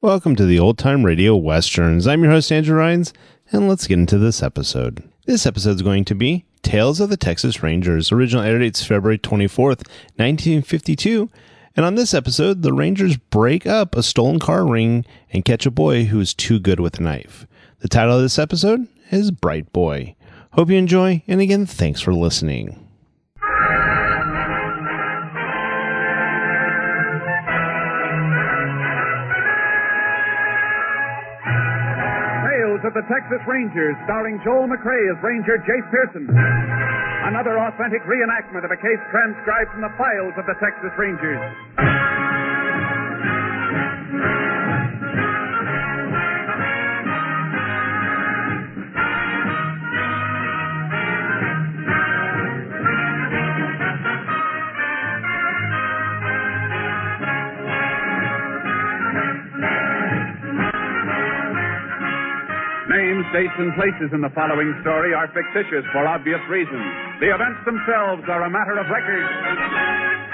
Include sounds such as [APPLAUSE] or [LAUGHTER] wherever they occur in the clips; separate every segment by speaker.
Speaker 1: Welcome to the Old Time Radio Westerns. I'm your host, Andrew Rhines, and let's get into this episode. This episode is going to be Tales of the Texas Rangers. Original air date's February 24th, 1952. And on this episode, the Rangers break up a stolen car ring and catch a boy who is too good with a knife. The title of this episode is Bright Boy. Hope you enjoy, and again, thanks for listening.
Speaker 2: Tales of the Texas Rangers, starring Joel McRae as Ranger Jace Pearson. Another authentic reenactment of a case transcribed from the files of the Texas Rangers. Names, dates, and places in the following story are fictitious for obvious reasons. The events themselves are a matter of record.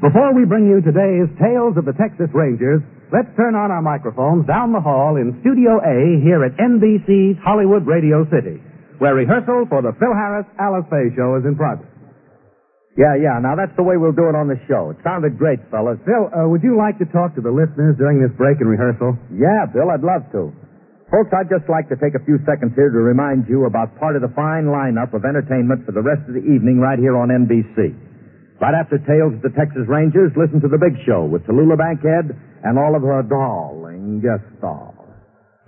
Speaker 3: Before we bring you today's Tales of the Texas Rangers, let's turn on our microphones down the hall in Studio A here at NBC's Hollywood Radio City, where rehearsal for the Phil Harris Alice Faye show is in progress.
Speaker 4: Yeah, yeah. Now that's the way we'll do it on the show. It sounded great, fellas.
Speaker 3: Phil, uh, would you like to talk to the listeners during this break in rehearsal?
Speaker 4: Yeah, Bill, I'd love to. Folks, I'd just like to take a few seconds here to remind you about part of the fine lineup of entertainment for the rest of the evening right here on NBC. Right after Tales of the Texas Rangers, listen to The Big Show with Tallulah Bankhead and all of her darling guest stars.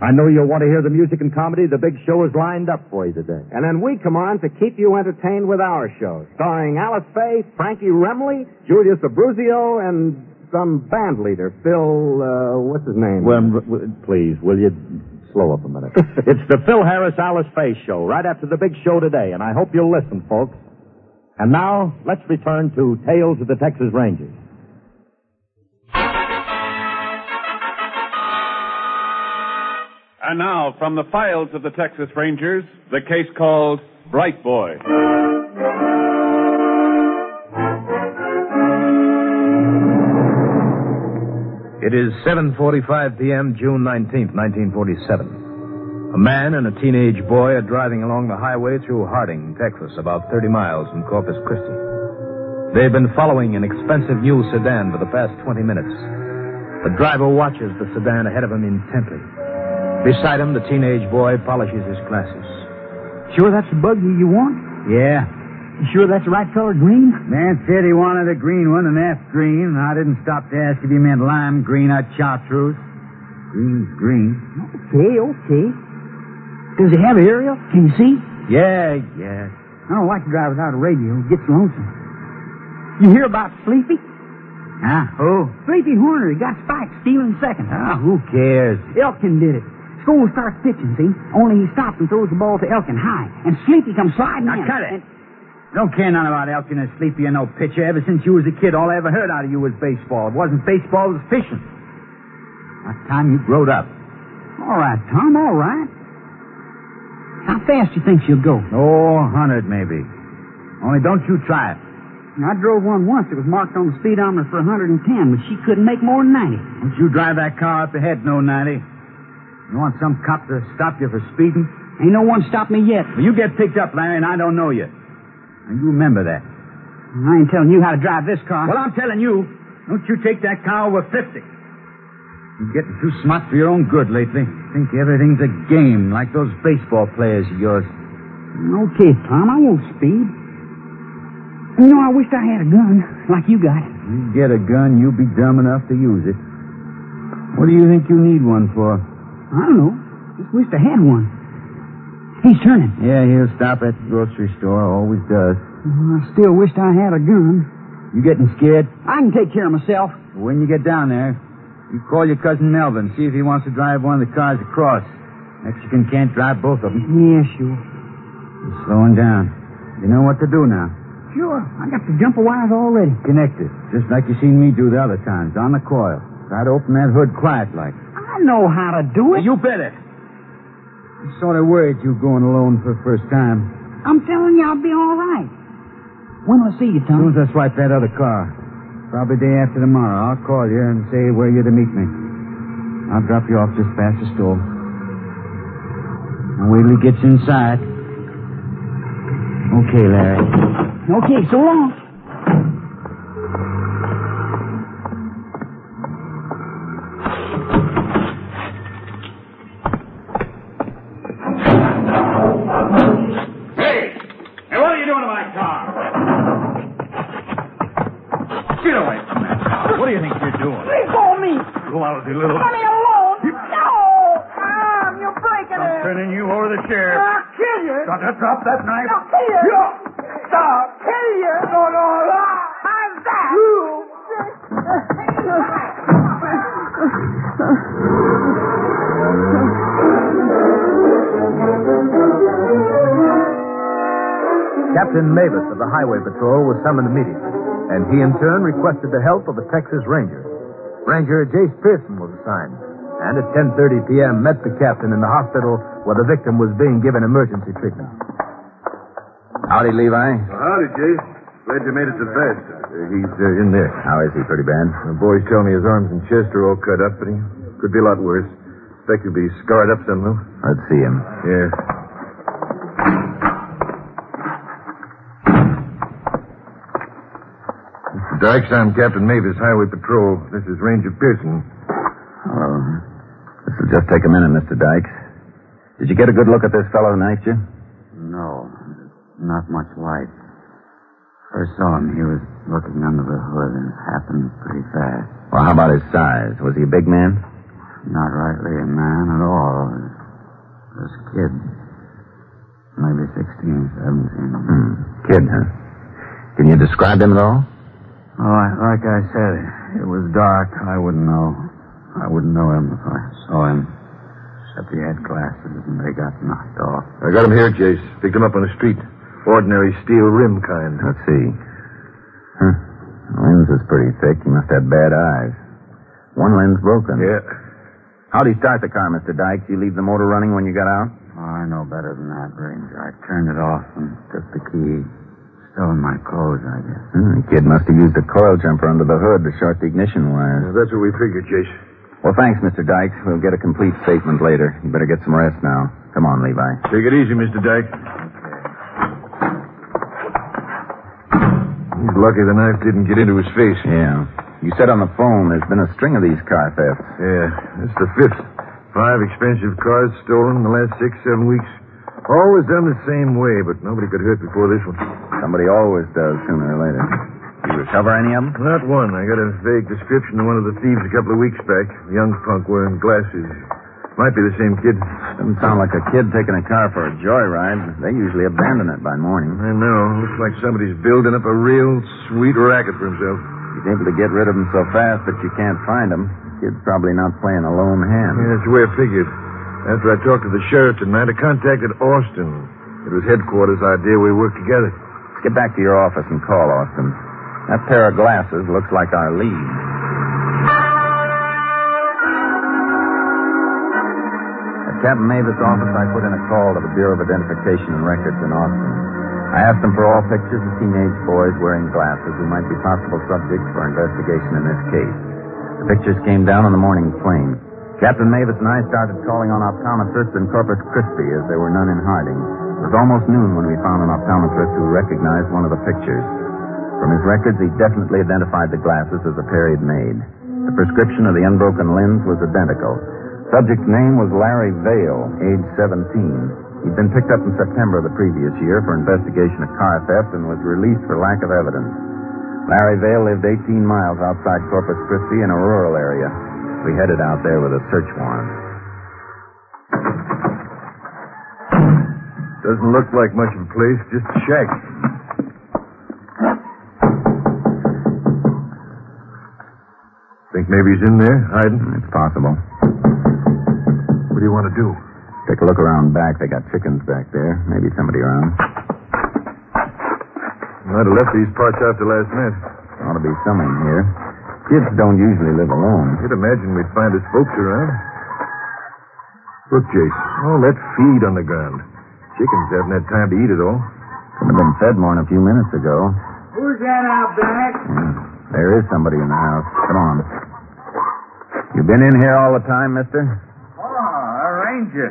Speaker 4: I know you'll want to hear the music and comedy The Big Show is lined up for you today.
Speaker 3: And then we come on to keep you entertained with our show, starring Alice Faye, Frankie Remley, Julius Abruzio, and some band leader, Phil, uh, what's his name?
Speaker 4: Well, r- w- please, will you slow up a
Speaker 3: [LAUGHS]
Speaker 4: minute? it's the Phil Harris Alice Faye Show, right after the big show today, and I hope you'll listen, folks. And now, let's return to Tales of the Texas Rangers.
Speaker 2: And now, from the files of the Texas Rangers, the case called Bright Boy.
Speaker 5: It is 7:45 p.m., June 19th, 1947. A man and a teenage boy are driving along the highway through Harding, Texas, about 30 miles from Corpus Christi. They've been following an expensive new sedan for the past 20 minutes. The driver watches the sedan ahead of him intently. Beside him, the teenage boy polishes his glasses.
Speaker 6: Sure that's the buggy you want?
Speaker 5: Yeah.
Speaker 6: You sure that's the right color green?
Speaker 7: Man said he wanted a green one, and that's green. I didn't stop to ask if he meant lime green or chartreuse. Green's green.
Speaker 6: Okay, okay. Does it have aerial? Can you see?
Speaker 5: Yeah, yeah.
Speaker 6: I don't like to drive without a radio. It gets lonesome. You hear about Sleepy? Oh.
Speaker 7: Huh? Who?
Speaker 6: Sleepy Horner. He got spiked stealing seconds.
Speaker 7: Ah, who cares?
Speaker 6: Elkin did it. School starts pitching, see? Only he stops and throws the ball to Elkin high. And Sleepy comes sliding
Speaker 7: Now
Speaker 6: in.
Speaker 7: cut it.
Speaker 6: And-
Speaker 7: Don't care none about Elkin or Sleepy or no pitcher. Ever since you was a kid, all I ever heard out of you was baseball. It wasn't baseball, it was fishing. By the time you growed up.
Speaker 6: all right, Tom, all right. How fast you think she'll go?
Speaker 7: Oh, hundred maybe. Only don't you try it.
Speaker 6: I drove one once. It was marked on the speedometer for 110, but she couldn't make more than 90.
Speaker 7: Don't you drive that car up ahead, no 90. You want some cop to stop you for speeding?
Speaker 6: Ain't no one stopped me yet.
Speaker 7: Well, you get picked up, Larry, and I don't know you. And you remember that.
Speaker 6: I ain't telling you how to drive this car.
Speaker 7: Well, I'm telling you, don't you take that car over 50. You're getting too smart for your own good lately. Think everything's a game, like those baseball players of yours.
Speaker 6: Okay, Tom, I won't speed. You know, I wished I had a gun like you got.
Speaker 7: You get a gun, you'll be dumb enough to use it. What do you think you need one for?
Speaker 6: I don't know. Just wished I had one. He's turning.
Speaker 7: Yeah, he'll stop at the grocery store, always does.
Speaker 6: Oh, I still wished I had a gun.
Speaker 7: You getting scared?
Speaker 6: I can take care of myself.
Speaker 7: When you get down there, you call your cousin Melvin, see if he wants to drive one of the cars across. Mexican can't drive both of them.
Speaker 6: Yeah, sure.
Speaker 7: He's slowing down. You know what to do now.
Speaker 6: Sure. I got the jumper wires already.
Speaker 7: Connect it, just like you seen me do the other times, on the coil. Try to open that hood quiet like.
Speaker 6: I know how to do it.
Speaker 7: You bet it. I'm sort of worried you going alone for the first time.
Speaker 6: I'm telling you, I'll be all right. When will I see you,
Speaker 7: As soon
Speaker 6: Tom?
Speaker 7: as I swipe that other car. Probably day after tomorrow. I'll call you and say where you're to meet me. I'll drop you off just past the store. And wait till he gets inside. Okay, Larry.
Speaker 6: Okay, so long.
Speaker 8: Hey! Hey, what are you doing to my car?
Speaker 9: Get away from that car. What do you think you're doing?
Speaker 10: Please hold me.
Speaker 9: Lousy little.
Speaker 10: Let me alone. No. Mom, you're breaking it.
Speaker 9: Turning you over the sheriff.
Speaker 10: I'll kill you.
Speaker 9: Drop that, drop that knife.
Speaker 10: I'll kill you. I'll kill you. No, no, no. How's that? You.
Speaker 9: Captain Mavis of the Highway Patrol was summoned immediately, and he in turn requested the help of a Texas Ranger. Ranger Jace Pearson was assigned, and at 10:30 p.m. met the captain in the hospital where the victim was being given emergency treatment. Howdy, Levi.
Speaker 11: Howdy, Jase. Glad you made it to bed.
Speaker 9: he's uh, in there. How is he? Pretty bad.
Speaker 11: The boys tell me his arms and chest are all cut up, but he could be a lot worse. Expect he'll be scarred up some, though.
Speaker 9: Let's see him.
Speaker 11: Yeah. Mr. Dykes, I'm Captain Mavis, Highway Patrol. This is Ranger Pearson.
Speaker 9: Oh, this will just take a minute, Mr. Dykes. Did you get a good look at this fellow who knifed you?
Speaker 7: No, not much light. First saw him, he was looking under the hood, and it happened pretty fast.
Speaker 9: Well, how about his size? Was he a big man?
Speaker 7: Not rightly a man at all. This kid, maybe 16, 17.
Speaker 9: Hmm. Kid, huh? Can you describe him at all?
Speaker 7: All right, like Oh, I said, it was dark. I wouldn't know. I wouldn't know him if I saw him. Except he had glasses and they got knocked off.
Speaker 11: Oh, I got him here, Jase. Picked him up on the street. Ordinary steel rim kind.
Speaker 9: Let's see. Huh. The lens is pretty thick. He must have bad eyes. One lens broken.
Speaker 11: Yeah.
Speaker 9: How'd he start the car, Mr. Dykes? You leave the motor running when you got out?
Speaker 7: Oh, I know better than that, Ranger. I turned it off and took the key. Still in my clothes, I guess.
Speaker 9: Hmm, the kid must have used a coil jumper under the hood to short the ignition wires.
Speaker 11: Yeah, That's what we figured, Jase.
Speaker 9: Well, thanks, Mr. Dykes. We'll get a complete statement later. You better get some rest now. Come on, Levi.
Speaker 11: Take it easy, Mr. Dyke. He's lucky the knife didn't get into his face.
Speaker 9: Yeah. You said on the phone there's been a string of these car thefts.
Speaker 11: Yeah, that's the fifth. Five expensive cars stolen in the last six, seven weeks. Always done the same way, but nobody got hurt before this one.
Speaker 9: Somebody always does sooner or later. You recover any of them?
Speaker 11: Not one. I got a vague description of one of the thieves a couple of weeks back. A young punk wearing glasses. Might be the same kid.
Speaker 9: Doesn't sound like a kid taking a car for a joyride. They usually abandon it by morning.
Speaker 11: I know. Looks like somebody's building up a real sweet racket for himself.
Speaker 9: He's able to get rid of them so fast that you can't find them. Kid's probably not playing a lone hand.
Speaker 11: Yeah, that's the way I figured. After I talked to the sheriff tonight, I contacted Austin. It was headquarters idea we worked together.
Speaker 9: Let's get back to your office and call Austin. That pair of glasses looks like our lead. At Captain Mavis' office, I put in a call to the Bureau of Identification and Records in Austin. I asked them for all pictures of teenage boys wearing glasses who might be possible subjects for investigation in this case. The pictures came down on the morning plane. Captain Mavis and I started calling on optometrists in Corpus Christi as there were none in Harding. It was almost noon when we found an optometrist who recognized one of the pictures. From his records, he definitely identified the glasses as a pair he'd made. The prescription of the unbroken lens was identical. Subject's name was Larry Vale, age 17. He'd been picked up in September of the previous year for investigation of car theft and was released for lack of evidence. Larry Vale lived 18 miles outside Corpus Christi in a rural area. We headed out there with a search warrant.
Speaker 11: Doesn't look like much of a place, just a shack. Think maybe he's in there, hiding?
Speaker 9: It's possible.
Speaker 11: What do you want to do?
Speaker 9: Take a look around back. They got chickens back there. Maybe somebody around.
Speaker 11: Might have left these parts after last night.
Speaker 9: Ought to be someone here. Kids don't usually live alone.
Speaker 11: You'd imagine we'd find his folks around. Look, Jase, all that feed on the ground. Chickens haven't had time to eat it all.
Speaker 9: Could have been fed more than a few minutes ago.
Speaker 6: Who's that out back?
Speaker 9: Yeah. There is somebody in the house. Come on. You been in here all the time, mister?
Speaker 7: Oh, a ranger.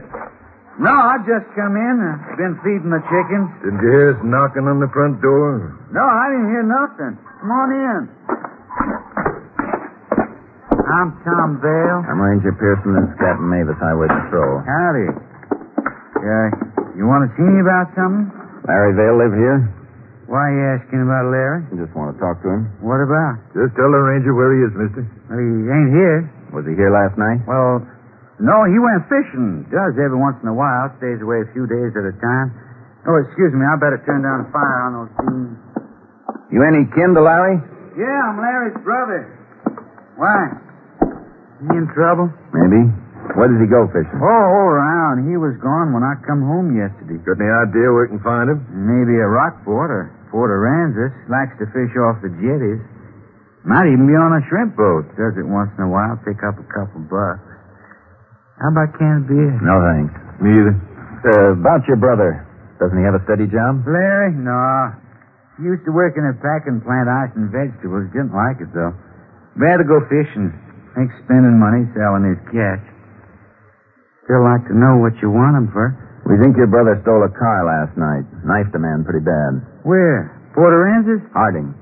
Speaker 7: No, I just come in. I've been feeding the chickens.
Speaker 12: Didn't you hear us knocking on the front door?
Speaker 7: No, I didn't hear nothing. Come on in. I'm Tom Vale.
Speaker 9: I'm Ranger Pearson and Captain Mavis Highway Patrol.
Speaker 7: Howdy. Yeah, you want to see me about something?
Speaker 9: Larry Vale live here?
Speaker 7: Why are you asking about Larry?
Speaker 9: You just want to talk to him?
Speaker 7: What about?
Speaker 12: Just tell the ranger where he is, mister.
Speaker 7: Well, he ain't here.
Speaker 9: Was he here last night?
Speaker 7: Well, no, he went fishing. Does every once in a while. Stays away a few days at a time. Oh, excuse me. I better turn down the fire on those beans.
Speaker 9: You any kin to Larry?
Speaker 7: Yeah, I'm Larry's brother. Why? He in trouble?
Speaker 9: Maybe. Where did he go fishing?
Speaker 7: Oh, all around. He was gone when I come home yesterday.
Speaker 12: Got any idea where we can find him?
Speaker 7: Maybe a Rockport or Port Aransas. Likes to fish off the jetties. Might even be on a shrimp boat. Does it once in a while. Pick up a couple bucks. How about can of beer?
Speaker 9: No, thanks.
Speaker 12: Me either.
Speaker 9: Uh, about your brother. Doesn't he have a steady job?
Speaker 7: Larry? No. He used to work in a packing plant ice and vegetables. Didn't like it, though. Rather go fishing. Think spending money selling his catch. Still like to know what you want him for.
Speaker 9: We think your brother stole a car last night. Knifed a man pretty bad.
Speaker 7: Where? Port Aransas?
Speaker 9: Harding.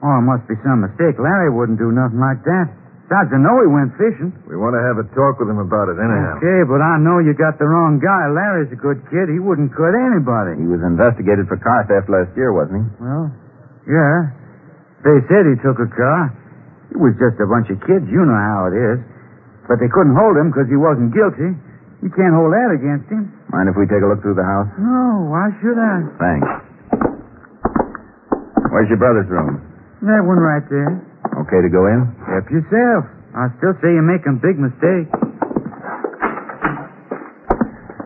Speaker 7: Oh, it must be some mistake. Larry wouldn't do nothing like that. Besides, I know he went fishing.
Speaker 12: We want to have a talk with him about it anyhow.
Speaker 7: Okay, but I know you got the wrong guy. Larry's a good kid. He wouldn't cut anybody.
Speaker 9: He was investigated for car theft last year, wasn't he?
Speaker 7: Well, yeah. They said he took a car. He was just a bunch of kids. You know how it is. But they couldn't hold him because he wasn't guilty. You can't hold that against him.
Speaker 9: Mind if we take a look through the house?
Speaker 7: No, why should I?
Speaker 9: Thanks. Where's your brother's room?
Speaker 7: That one right there.
Speaker 9: Okay to go in?
Speaker 7: Help yourself. I still say you're making big mistake.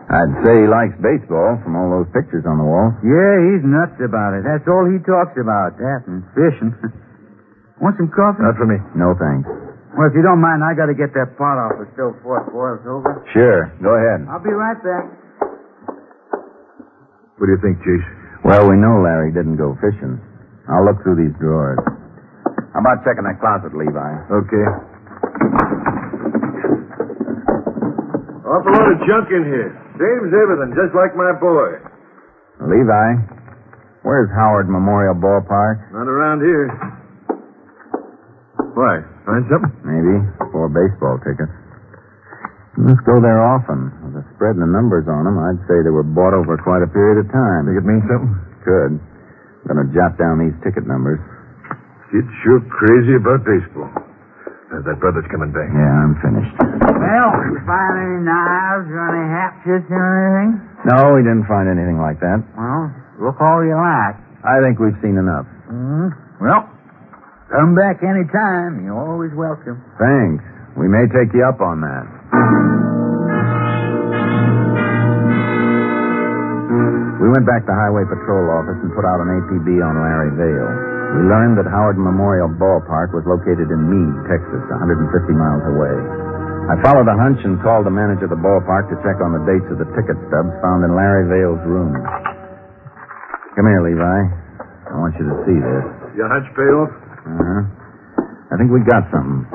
Speaker 9: I'd say he likes baseball from all those pictures on the wall.
Speaker 7: Yeah, he's nuts about it. That's all he talks about, that and fishing. [LAUGHS] Want some coffee?
Speaker 12: Not for me.
Speaker 9: No, thanks.
Speaker 7: Well, if you don't mind, I gotta get that pot off the stove before it boils over.
Speaker 9: Sure. Go ahead.
Speaker 7: I'll be right back.
Speaker 12: What do you think, Chase?
Speaker 9: Well, we know Larry didn't go fishing. I'll look through these drawers. How about checking that closet, Levi?
Speaker 12: Okay. Awful lot of junk in here. Saves everything, just like my boy.
Speaker 9: Levi, where's Howard Memorial Ballpark?
Speaker 12: Not around here. Why? Find something?
Speaker 9: Maybe. Four baseball tickets. Must go there often. With the spread and the numbers on them, I'd say they were bought over quite a period of time.
Speaker 12: Think it means something?
Speaker 9: Could. I'm going to jot down these ticket numbers.
Speaker 12: Kid's sure crazy about baseball. Uh, that brother's coming back.
Speaker 9: Yeah, I'm finished.
Speaker 7: Well, you find any knives or any hatchets or anything?
Speaker 9: No, we didn't find anything like that.
Speaker 7: Well, look all you like.
Speaker 9: I think we've seen enough.
Speaker 7: hmm Well, come back any time. You're always welcome.
Speaker 9: Thanks. We may take you up on that. We went back to Highway Patrol office and put out an APB on Larry Vale. We learned that Howard Memorial Ballpark was located in Meade, Texas, 150 miles away. I followed a hunch and called the manager of the ballpark to check on the dates of the ticket stubs found in Larry Vale's room. Come here, Levi. I want you to see this.
Speaker 12: Your hunch pay off?
Speaker 9: Uh-huh. I think we got something.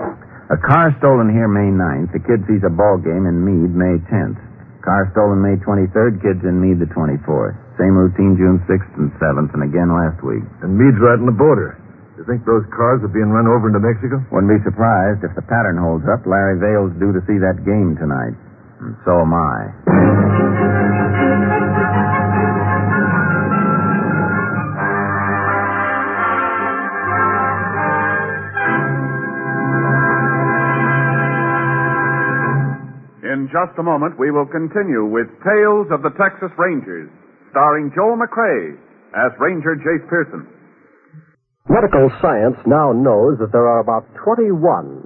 Speaker 9: A car stolen here May 9th. The kid sees a ball game in Meade May 10th. Car stolen May 23rd. Kids in Meade the 24th. Same routine June 6th and 7th, and again last week.
Speaker 12: And Meade's right on the border. You think those cars are being run over into Mexico?
Speaker 9: Wouldn't be surprised if the pattern holds up. Larry Vale's due to see that game tonight. And so am I.
Speaker 2: In just a moment, we will continue with Tales of the Texas Rangers, starring Joel McRae as Ranger Jace Pearson.
Speaker 13: Medical science now knows that there are about 21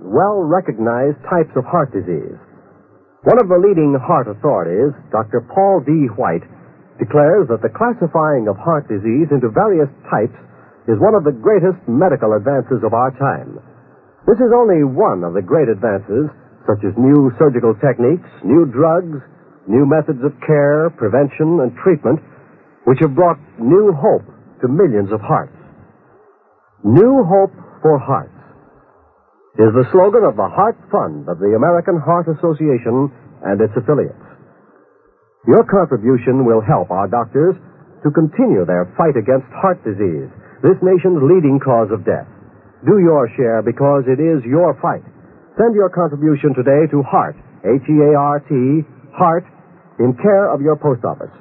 Speaker 13: well recognized types of heart disease. One of the leading heart authorities, Dr. Paul D. White, declares that the classifying of heart disease into various types is one of the greatest medical advances of our time. This is only one of the great advances, such as new surgical techniques, new drugs, new methods of care, prevention, and treatment, which have brought new hope to millions of hearts. New hope for hearts is the slogan of the Heart Fund of the American Heart Association and its affiliates. Your contribution will help our doctors to continue their fight against heart disease, this nation's leading cause of death. Do your share because it is your fight. Send your contribution today to HEART, E H-E-A-R-T, HEART, in care of your post office.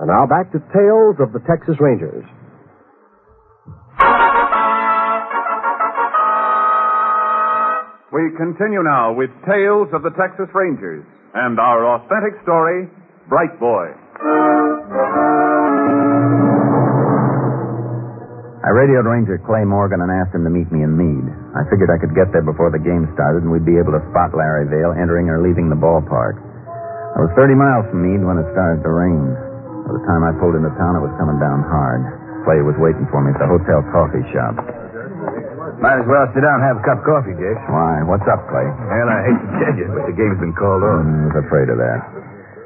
Speaker 13: And now back to Tales of the Texas Rangers.
Speaker 2: We continue now with Tales of the Texas Rangers and our authentic story, Bright Boy.
Speaker 9: I radioed Ranger Clay Morgan and asked him to meet me in Meade. I figured I could get there before the game started and we'd be able to spot Larry Vale entering or leaving the ballpark. I was 30 miles from Meade when it started to rain. By the time I pulled into town, it was coming down hard. Clay was waiting for me at the hotel coffee shop.
Speaker 14: Might as well sit down and have a cup of coffee, Jake.
Speaker 9: Why, what's up, Clay?
Speaker 14: And I hate to tell you, but the game's been called off.
Speaker 9: I was afraid of that.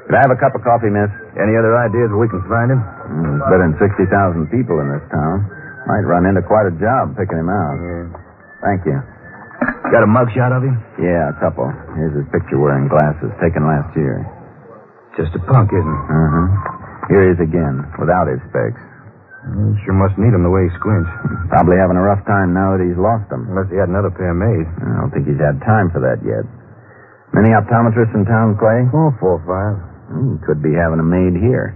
Speaker 9: Can I have a cup of coffee, miss?
Speaker 14: Any other ideas where we can find him?
Speaker 9: Mm, There's better than 60,000 people in this town. Might run into quite a job picking him out. Thank you.
Speaker 14: Got a mugshot of him?
Speaker 9: Yeah, a couple. Here's his picture wearing glasses taken last year.
Speaker 14: Just a punk, isn't he?
Speaker 9: Uh-huh. Here he is again, without his specs.
Speaker 14: You sure must need him the way he squints.
Speaker 9: Probably having a rough time now that he's lost them.
Speaker 14: Unless he had another pair made.
Speaker 9: I don't think he's had time for that yet. Many optometrists in town, Clay?
Speaker 14: Oh, four or five.
Speaker 9: Hmm, could be having a maid here.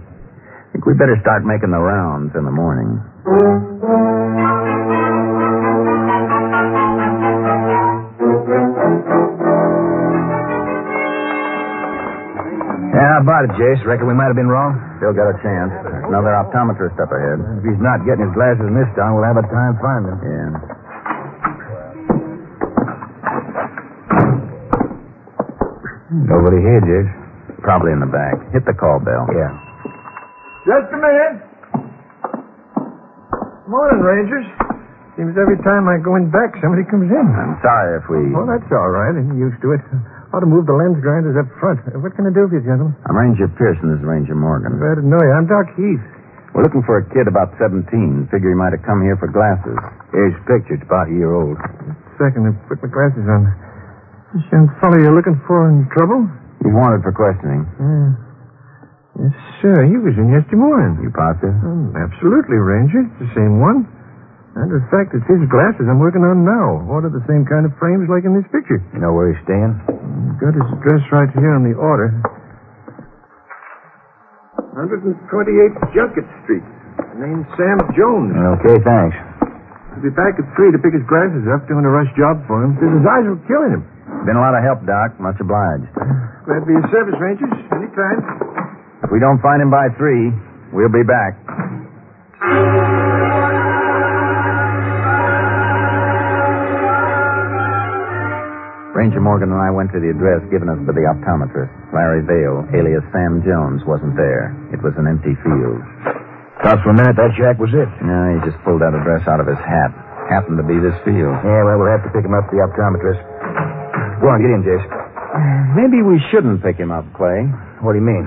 Speaker 9: Think we better start making the rounds in the morning.
Speaker 10: Uh,
Speaker 14: Yeah, how about it, Jace? Reckon we might have been wrong?
Speaker 9: Still got a chance. There's another optometrist up ahead.
Speaker 14: If he's not getting his glasses in this town, we'll have a time finding him.
Speaker 9: Yeah.
Speaker 14: Nobody here, Jace.
Speaker 9: Probably in the back. Hit the call bell.
Speaker 14: Yeah.
Speaker 11: Just a minute. Morning, Rangers. Seems every time I go in back, somebody comes in.
Speaker 9: I'm sorry if we.
Speaker 11: Well, that's all right. I'm used to it. Ought to move the lens grinders up front. What can I do for you, gentlemen?
Speaker 9: I'm Ranger Pearson. This is Ranger Morgan.
Speaker 11: Glad to know you. I'm Doc Heath.
Speaker 9: We're looking for a kid about 17. Figure he might have come here for glasses. Here's his picture. It's about a year old.
Speaker 11: Second, I put my glasses on. This young fellow you're looking for in trouble?
Speaker 9: He's wanted for questioning.
Speaker 11: Yeah. Yes, sir. He was in yesterday morning.
Speaker 9: You positive?
Speaker 11: Um, absolutely, Ranger. It's the same one. Matter of fact, it's his glasses I'm working on now. Ordered the same kind of frames like in this picture. Hmm,
Speaker 14: You know where he's staying?
Speaker 11: Got his address right here on the order. 128th Junket Street. Name's Sam Jones.
Speaker 14: Okay, thanks.
Speaker 11: He'll be back at three to pick his glasses up, doing a rush job for him. Says his eyes were killing him.
Speaker 9: Been a lot of help, Doc. Much obliged.
Speaker 11: Glad to be of service, Rangers. Anytime.
Speaker 9: If we don't find him by three, we'll be back. Ranger Morgan and I went to the address given us by the optometrist. Larry Vale, alias Sam Jones, wasn't there. It was an empty field.
Speaker 14: Thought for a minute that shack was it.
Speaker 9: No, he just pulled that address out of his hat. Happened to be this field.
Speaker 14: Yeah, well, we'll have to pick him up to the optometrist. Go on, get in, Jace.
Speaker 9: Maybe we shouldn't pick him up, Clay.
Speaker 14: What do you mean?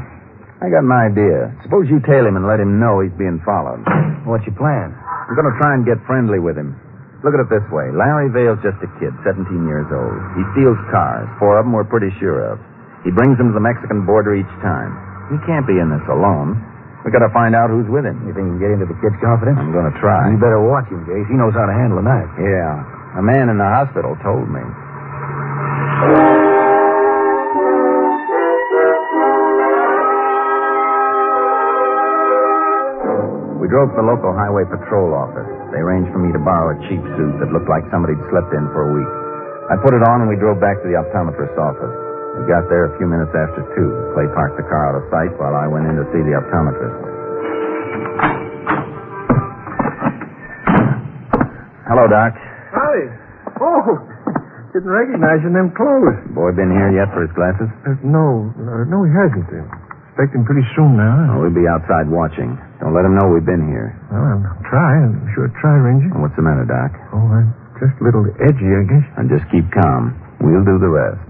Speaker 9: I got an idea. Suppose you tail him and let him know he's being followed.
Speaker 14: What's your plan?
Speaker 9: I'm going to try and get friendly with him. Look at it this way. Larry Vale's just a kid, 17 years old. He steals cars. Four of them we're pretty sure of. He brings them to the Mexican border each time. He can't be in this alone. We gotta find out who's with him.
Speaker 14: You think you can get into the kid's confidence?
Speaker 9: I'm gonna try.
Speaker 14: You better watch him, Jace. He knows how to handle a knife.
Speaker 9: Yeah. A man in the hospital told me. We drove to the local highway patrol office. They arranged for me to borrow a cheap suit that looked like somebody'd slept in for a week. I put it on and we drove back to the optometrist's office. We got there a few minutes after two. Clay parked the car out of sight while I went in to see the optometrist. Hello, Doc.
Speaker 11: Howdy. Oh, didn't recognize you in them clothes.
Speaker 9: Boy been here yet for his glasses?
Speaker 11: Uh, no, uh, no, he hasn't. Uh, expect him pretty soon now.
Speaker 9: Oh, we'll be outside watching. Don't let him know we've been here.
Speaker 11: Well, I'm trying. I'm sure try, Ranger.
Speaker 9: What's the matter, Doc?
Speaker 11: Oh, I'm just a little edgy, I guess.
Speaker 9: And just keep calm. We'll do the rest.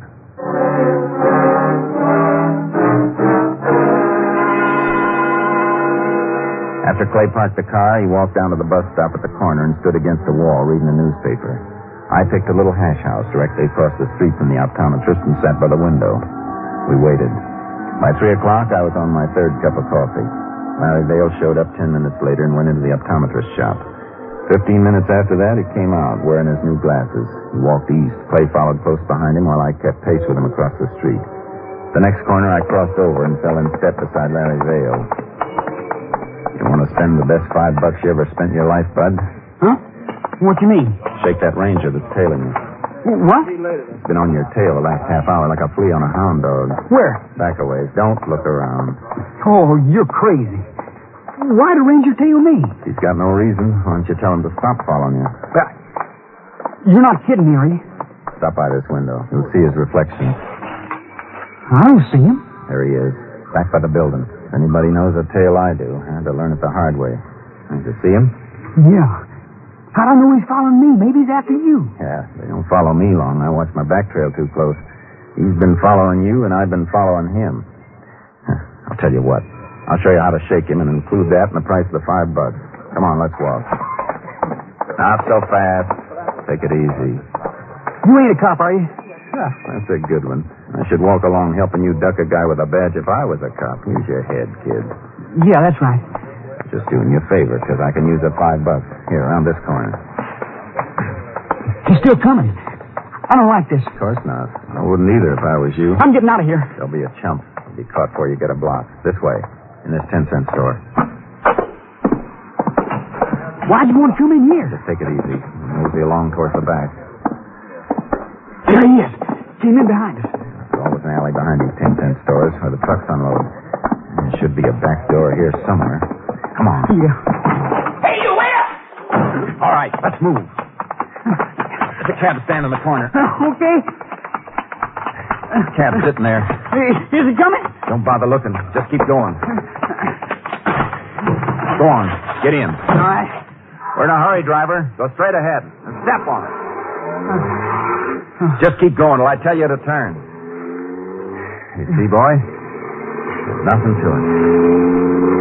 Speaker 9: After Clay parked the car, he walked down to the bus stop at the corner and stood against a wall reading a newspaper. I picked a little hash house directly across the street from the optometrist and sat by the window. We waited. By three o'clock, I was on my third cup of coffee. Larry Vale showed up ten minutes later and went into the optometrist's shop. Fifteen minutes after that, he came out wearing his new glasses. He walked east. Clay followed close behind him while I kept pace with him across the street. The next corner, I crossed over and fell in step beside Larry Vale. You want to spend the best five bucks you ever spent in your life, bud?
Speaker 6: Huh? What you mean?
Speaker 9: Shake that ranger that's tailing you.
Speaker 6: What?
Speaker 9: It's been on your tail the last half hour like a flea on a hound dog.
Speaker 6: Where?
Speaker 9: Back a ways. Don't look around.
Speaker 6: Oh, you're crazy. Why'd a ranger tail me?
Speaker 9: He's got no reason. Why don't you tell him to stop following you?
Speaker 6: You're not kidding me, are you?
Speaker 9: Stop by this window. You'll see his reflection.
Speaker 6: I don't see him.
Speaker 9: There he is, back by the building. If anybody knows a tale I do, I had to learn it the hard way. Did you see him?
Speaker 6: Yeah. How'd I know he's following me? Maybe he's after you.
Speaker 9: Yeah, they don't follow me long. I watch my back trail too close. He's been following you, and I've been following him. Huh, I'll tell you what. I'll show you how to shake him and include that in the price of the five bucks. Come on, let's walk. Not so fast. Take it easy.
Speaker 6: You ain't a cop, are you? Yeah.
Speaker 9: That's a good one. I should walk along helping you duck a guy with a badge if I was a cop. Use your head, kid.
Speaker 6: Yeah, that's right.
Speaker 9: Just doing you a favor, because I can use the five bucks. Here, around this corner.
Speaker 6: He's still coming. I don't like this.
Speaker 9: Of course not. I wouldn't either if I was you.
Speaker 6: I'm getting out of here.
Speaker 9: There'll be a chump. You'll be caught before you get a block. This way, in this ten cent store.
Speaker 6: Why'd you want to come in here?
Speaker 9: Just take it easy. Mosey along towards the back.
Speaker 6: There he is. Came in behind us.
Speaker 9: There's always an alley behind these ten cent stores where the trucks unload. There should be a back door here somewhere. Come on.
Speaker 6: Yeah.
Speaker 10: Hey, you where?
Speaker 9: All right, let's move. The cab's standing in the corner.
Speaker 6: Okay.
Speaker 9: Cab's sitting there.
Speaker 6: Hey, Is he coming?
Speaker 9: Don't bother looking. Just keep going. Go on. Get in.
Speaker 6: All right.
Speaker 9: We're in a hurry, driver. Go straight ahead. And step on it. Just keep going till I tell you to turn. You see, boy? There's nothing to it.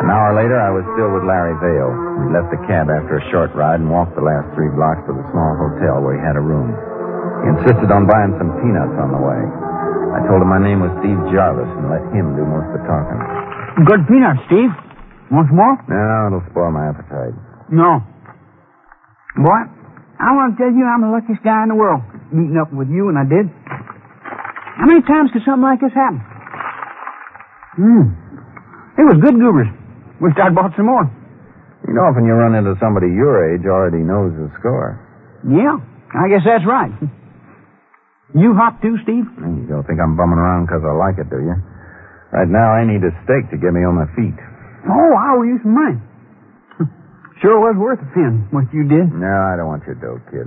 Speaker 9: An hour later, I was still with Larry Vale. We left the cab after a short ride and walked the last three blocks to the small hotel where he had a room. He insisted on buying some peanuts on the way. I told him my name was Steve Jarvis and let him do most of the talking.
Speaker 6: Good peanut, Steve. Want some more?
Speaker 9: No, it'll spoil my appetite.
Speaker 6: No. Boy, I want to tell you I'm the luckiest guy in the world meeting up with you, and I did. How many times could something like this happen? Hmm. It was good goobers. Wish I'd bought some more.
Speaker 9: You know, often you run into somebody your age already knows the score.
Speaker 6: Yeah, I guess that's right. You hop too, Steve?
Speaker 9: You don't think I'm bumming around because I like it, do you? Right now, I need a steak to get me on my feet.
Speaker 6: Oh, I owe you some money. Sure was worth a pin, what you did.
Speaker 9: No, I don't want your dough, kid.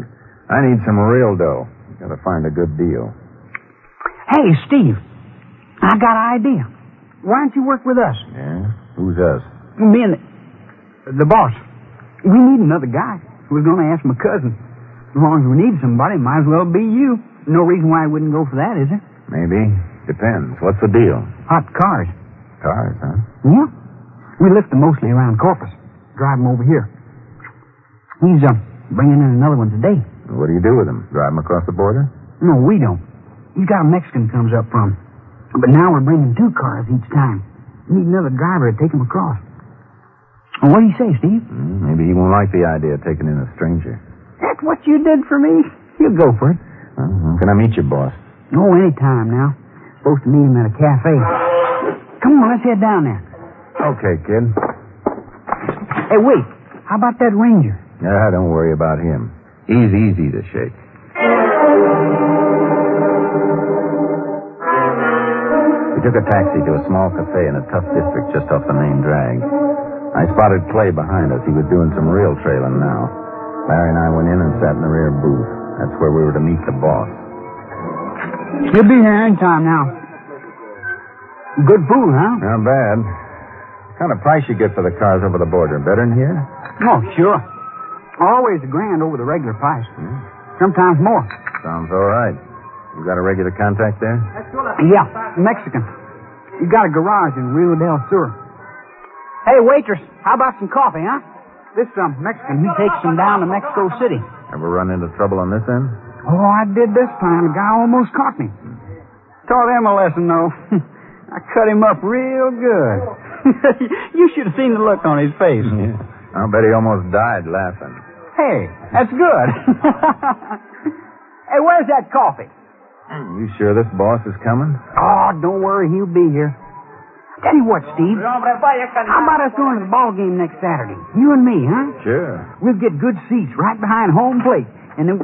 Speaker 9: I need some real dough. Gotta find a good deal.
Speaker 6: Hey, Steve, I got an idea. Why don't you work with us?
Speaker 9: Yeah? Who's us?
Speaker 6: Me and the boss. We need another guy. We're going to ask my cousin. As long as we need somebody, might as well be you. No reason why I wouldn't go for that, is there?
Speaker 9: Maybe. Depends. What's the deal?
Speaker 6: Hot cars.
Speaker 9: Cars, huh?
Speaker 6: Yeah. We lift them mostly around Corpus. Drive them over here. He's uh, bringing in another one today.
Speaker 9: What do you do with them? Drive them across the border?
Speaker 6: No, we don't. He's got a Mexican comes up from. But now we're bringing two cars each time. Need another driver to take them across. Well, what do you say, Steve?
Speaker 9: Hmm, Maybe he won't like the idea of taking in a stranger.
Speaker 6: That's what you did for me. You go for it.
Speaker 9: Well, when can I meet you, boss?
Speaker 6: Oh, any time now. Supposed to meet him at a cafe. Come on, let's head down there.
Speaker 9: Okay, kid.
Speaker 6: Hey, wait. How about that ranger?
Speaker 9: Yeah, Ah, don't worry about him. He's easy to shake. We took a taxi to a small cafe in a tough district just off the main drag. I spotted Clay behind us. He was doing some real trailing now. Larry and I went in and sat in the rear booth. That's where we were to meet the boss.
Speaker 6: You'll be here any time now. Good food, huh?
Speaker 9: Not bad. Kind of price you get for the cars over the border. Better than here?
Speaker 6: Oh, sure. Always a grand over the regular price. Sometimes more.
Speaker 9: Sounds all right.
Speaker 14: You got a regular contact there?
Speaker 6: Yeah, Mexican. You got a garage in Rio del Sur. Hey, waitress, how about some coffee, huh? This um, Mexican, he takes them down to Mexico City.
Speaker 14: Ever run into trouble on this end?
Speaker 6: Oh, I did this time. The guy almost caught me. Taught him a lesson, though. [LAUGHS] I cut him up real good. [LAUGHS] you should have seen the look on his face.
Speaker 14: I'll bet he almost died laughing.
Speaker 6: Hey, that's good. hey, where's that coffee?
Speaker 14: You sure this boss is coming?
Speaker 6: Oh, don't worry, he'll be here. Tell you what, Steve. How about us going to the ball game next Saturday? You and me, huh?
Speaker 14: Sure.
Speaker 6: We'll get good seats right behind home plate, and then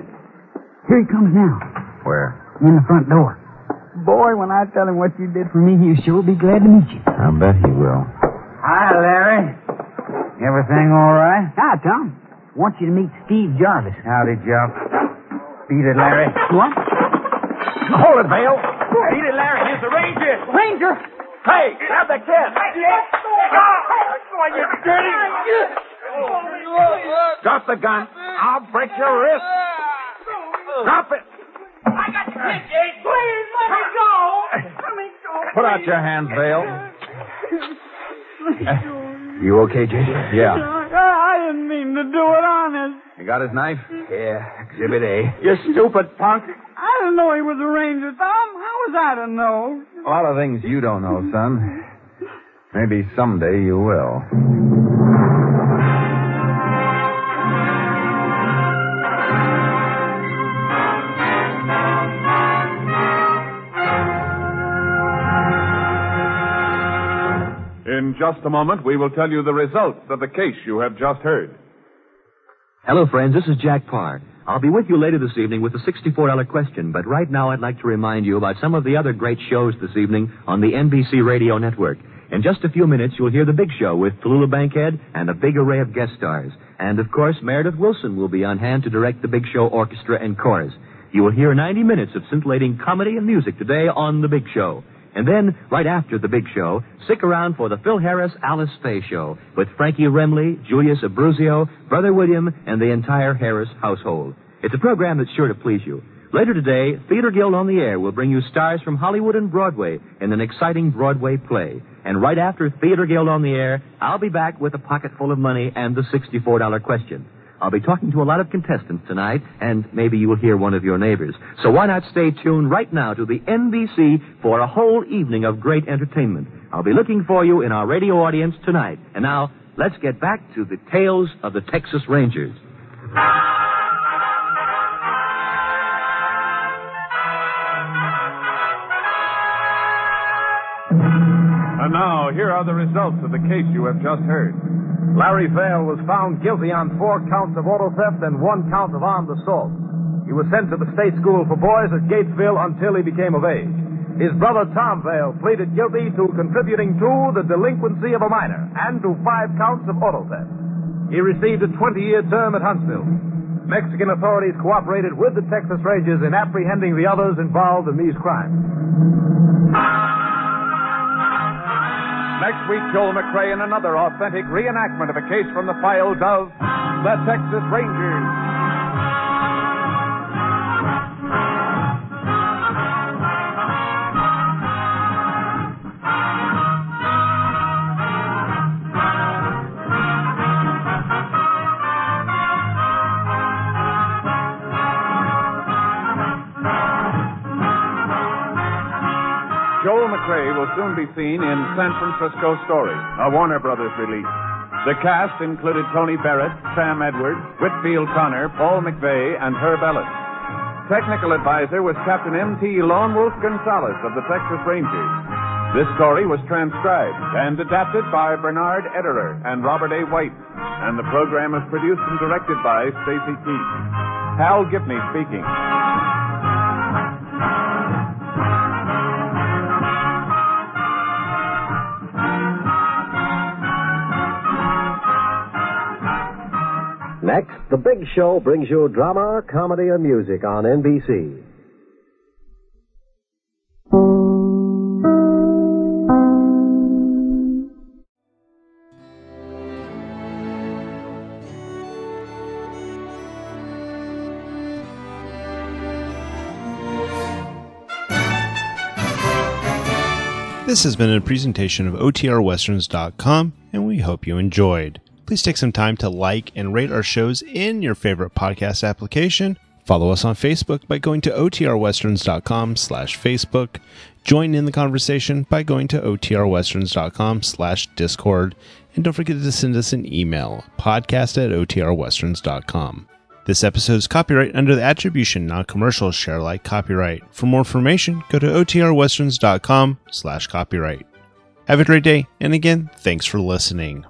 Speaker 6: here he comes now,
Speaker 14: Where?
Speaker 6: in the front door. Boy, when I tell him what you did for me, he'll sure be glad to meet you.
Speaker 14: I bet he will.
Speaker 7: Hi, Larry. Everything all right?
Speaker 6: Hi, Ah, Tom. Want you to meet Steve Jarvis.
Speaker 7: Howdy, Joe. Beat it, Larry.
Speaker 6: What?
Speaker 7: Hold it, Bale.
Speaker 10: Beat it, Larry. Here's the Ranger.
Speaker 6: Ranger?
Speaker 10: Hey, grab the kid. you dirty.
Speaker 5: Drop the gun. I'll break your wrist. Drop it.
Speaker 10: I got the kid, Jake. Please, let me go. Let me go.
Speaker 5: Put out your hands, Vale. You okay, Jason? Yeah.
Speaker 10: I didn't mean to do it, honest.
Speaker 5: You got his knife? Yeah, Exhibit A.
Speaker 10: You stupid punk. I didn't know he was a ranger, Tom. How was I to know?
Speaker 14: A lot of things you don't know, son. Maybe someday you will.
Speaker 15: In just a moment, we will tell you the results of the case you have just heard.
Speaker 16: Hello, friends. This is Jack Parr. I'll be with you later this evening with the $64 question, but right now I'd like to remind you about some of the other great shows this evening on the NBC Radio Network. In just a few minutes, you'll hear The Big Show with Tallulah Bankhead and a big array of guest stars. And, of course, Meredith Wilson will be on hand to direct The Big Show Orchestra and Chorus. You will hear 90 minutes of scintillating comedy and music today on The Big Show. And then, right after the big show, stick around for the Phil Harris Alice Faye Show with Frankie Remley, Julius Abruzio, Brother William, and the entire Harris household. It's a program that's sure to please you. Later today, Theater Guild on the Air will bring you stars from Hollywood and Broadway in an exciting Broadway play. And right after Theater Guild on the Air, I'll be back with a pocket full of money and the $64 question. I'll be talking to a lot of contestants tonight, and maybe you'll hear one of your neighbors. So why not stay tuned right now to the NBC for a whole evening of great entertainment? I'll be looking for you in our radio audience tonight. And now, let's get back to the tales of the Texas Rangers.
Speaker 15: And now, here are the results of the case you have just heard. Larry Vale was found guilty on four counts of auto theft and one count of armed assault. He was sent to the state school for boys at Gatesville until he became of age. His brother Tom Vale pleaded guilty to contributing to the delinquency of a minor and to five counts of auto theft. He received a 20 year term at Huntsville. Mexican authorities cooperated with the Texas Rangers in apprehending the others involved in these crimes. Next week, Joel McRae in another authentic reenactment of a case from the files of the Texas Rangers. Joel McRae will soon be seen in San Francisco Story, a Warner Brothers release. The cast included Tony Barrett, Sam Edwards, Whitfield Connor, Paul McVeigh, and Herb Ellis. Technical advisor was Captain M.T. Lone Wolf Gonzalez of the Texas Rangers. This story was transcribed and adapted by Bernard Ederer and Robert A. White, and the program was produced and directed by Stacy Keach. Hal Gibney speaking.
Speaker 13: Next, The Big Show brings you drama, comedy, and music on NBC.
Speaker 1: This has been a presentation of OTRWesterns.com, and we hope you enjoyed. Please take some time to like and rate our shows in your favorite podcast application. Follow us on Facebook by going to otrwesterns.com slash Facebook. Join in the conversation by going to otrwesterns.com slash Discord. And don't forget to send us an email, podcast at otrwesterns.com. This episode is copyright under the attribution, non-commercial, share-alike copyright. For more information, go to otrwesterns.com slash copyright. Have a great day, and again, thanks for listening.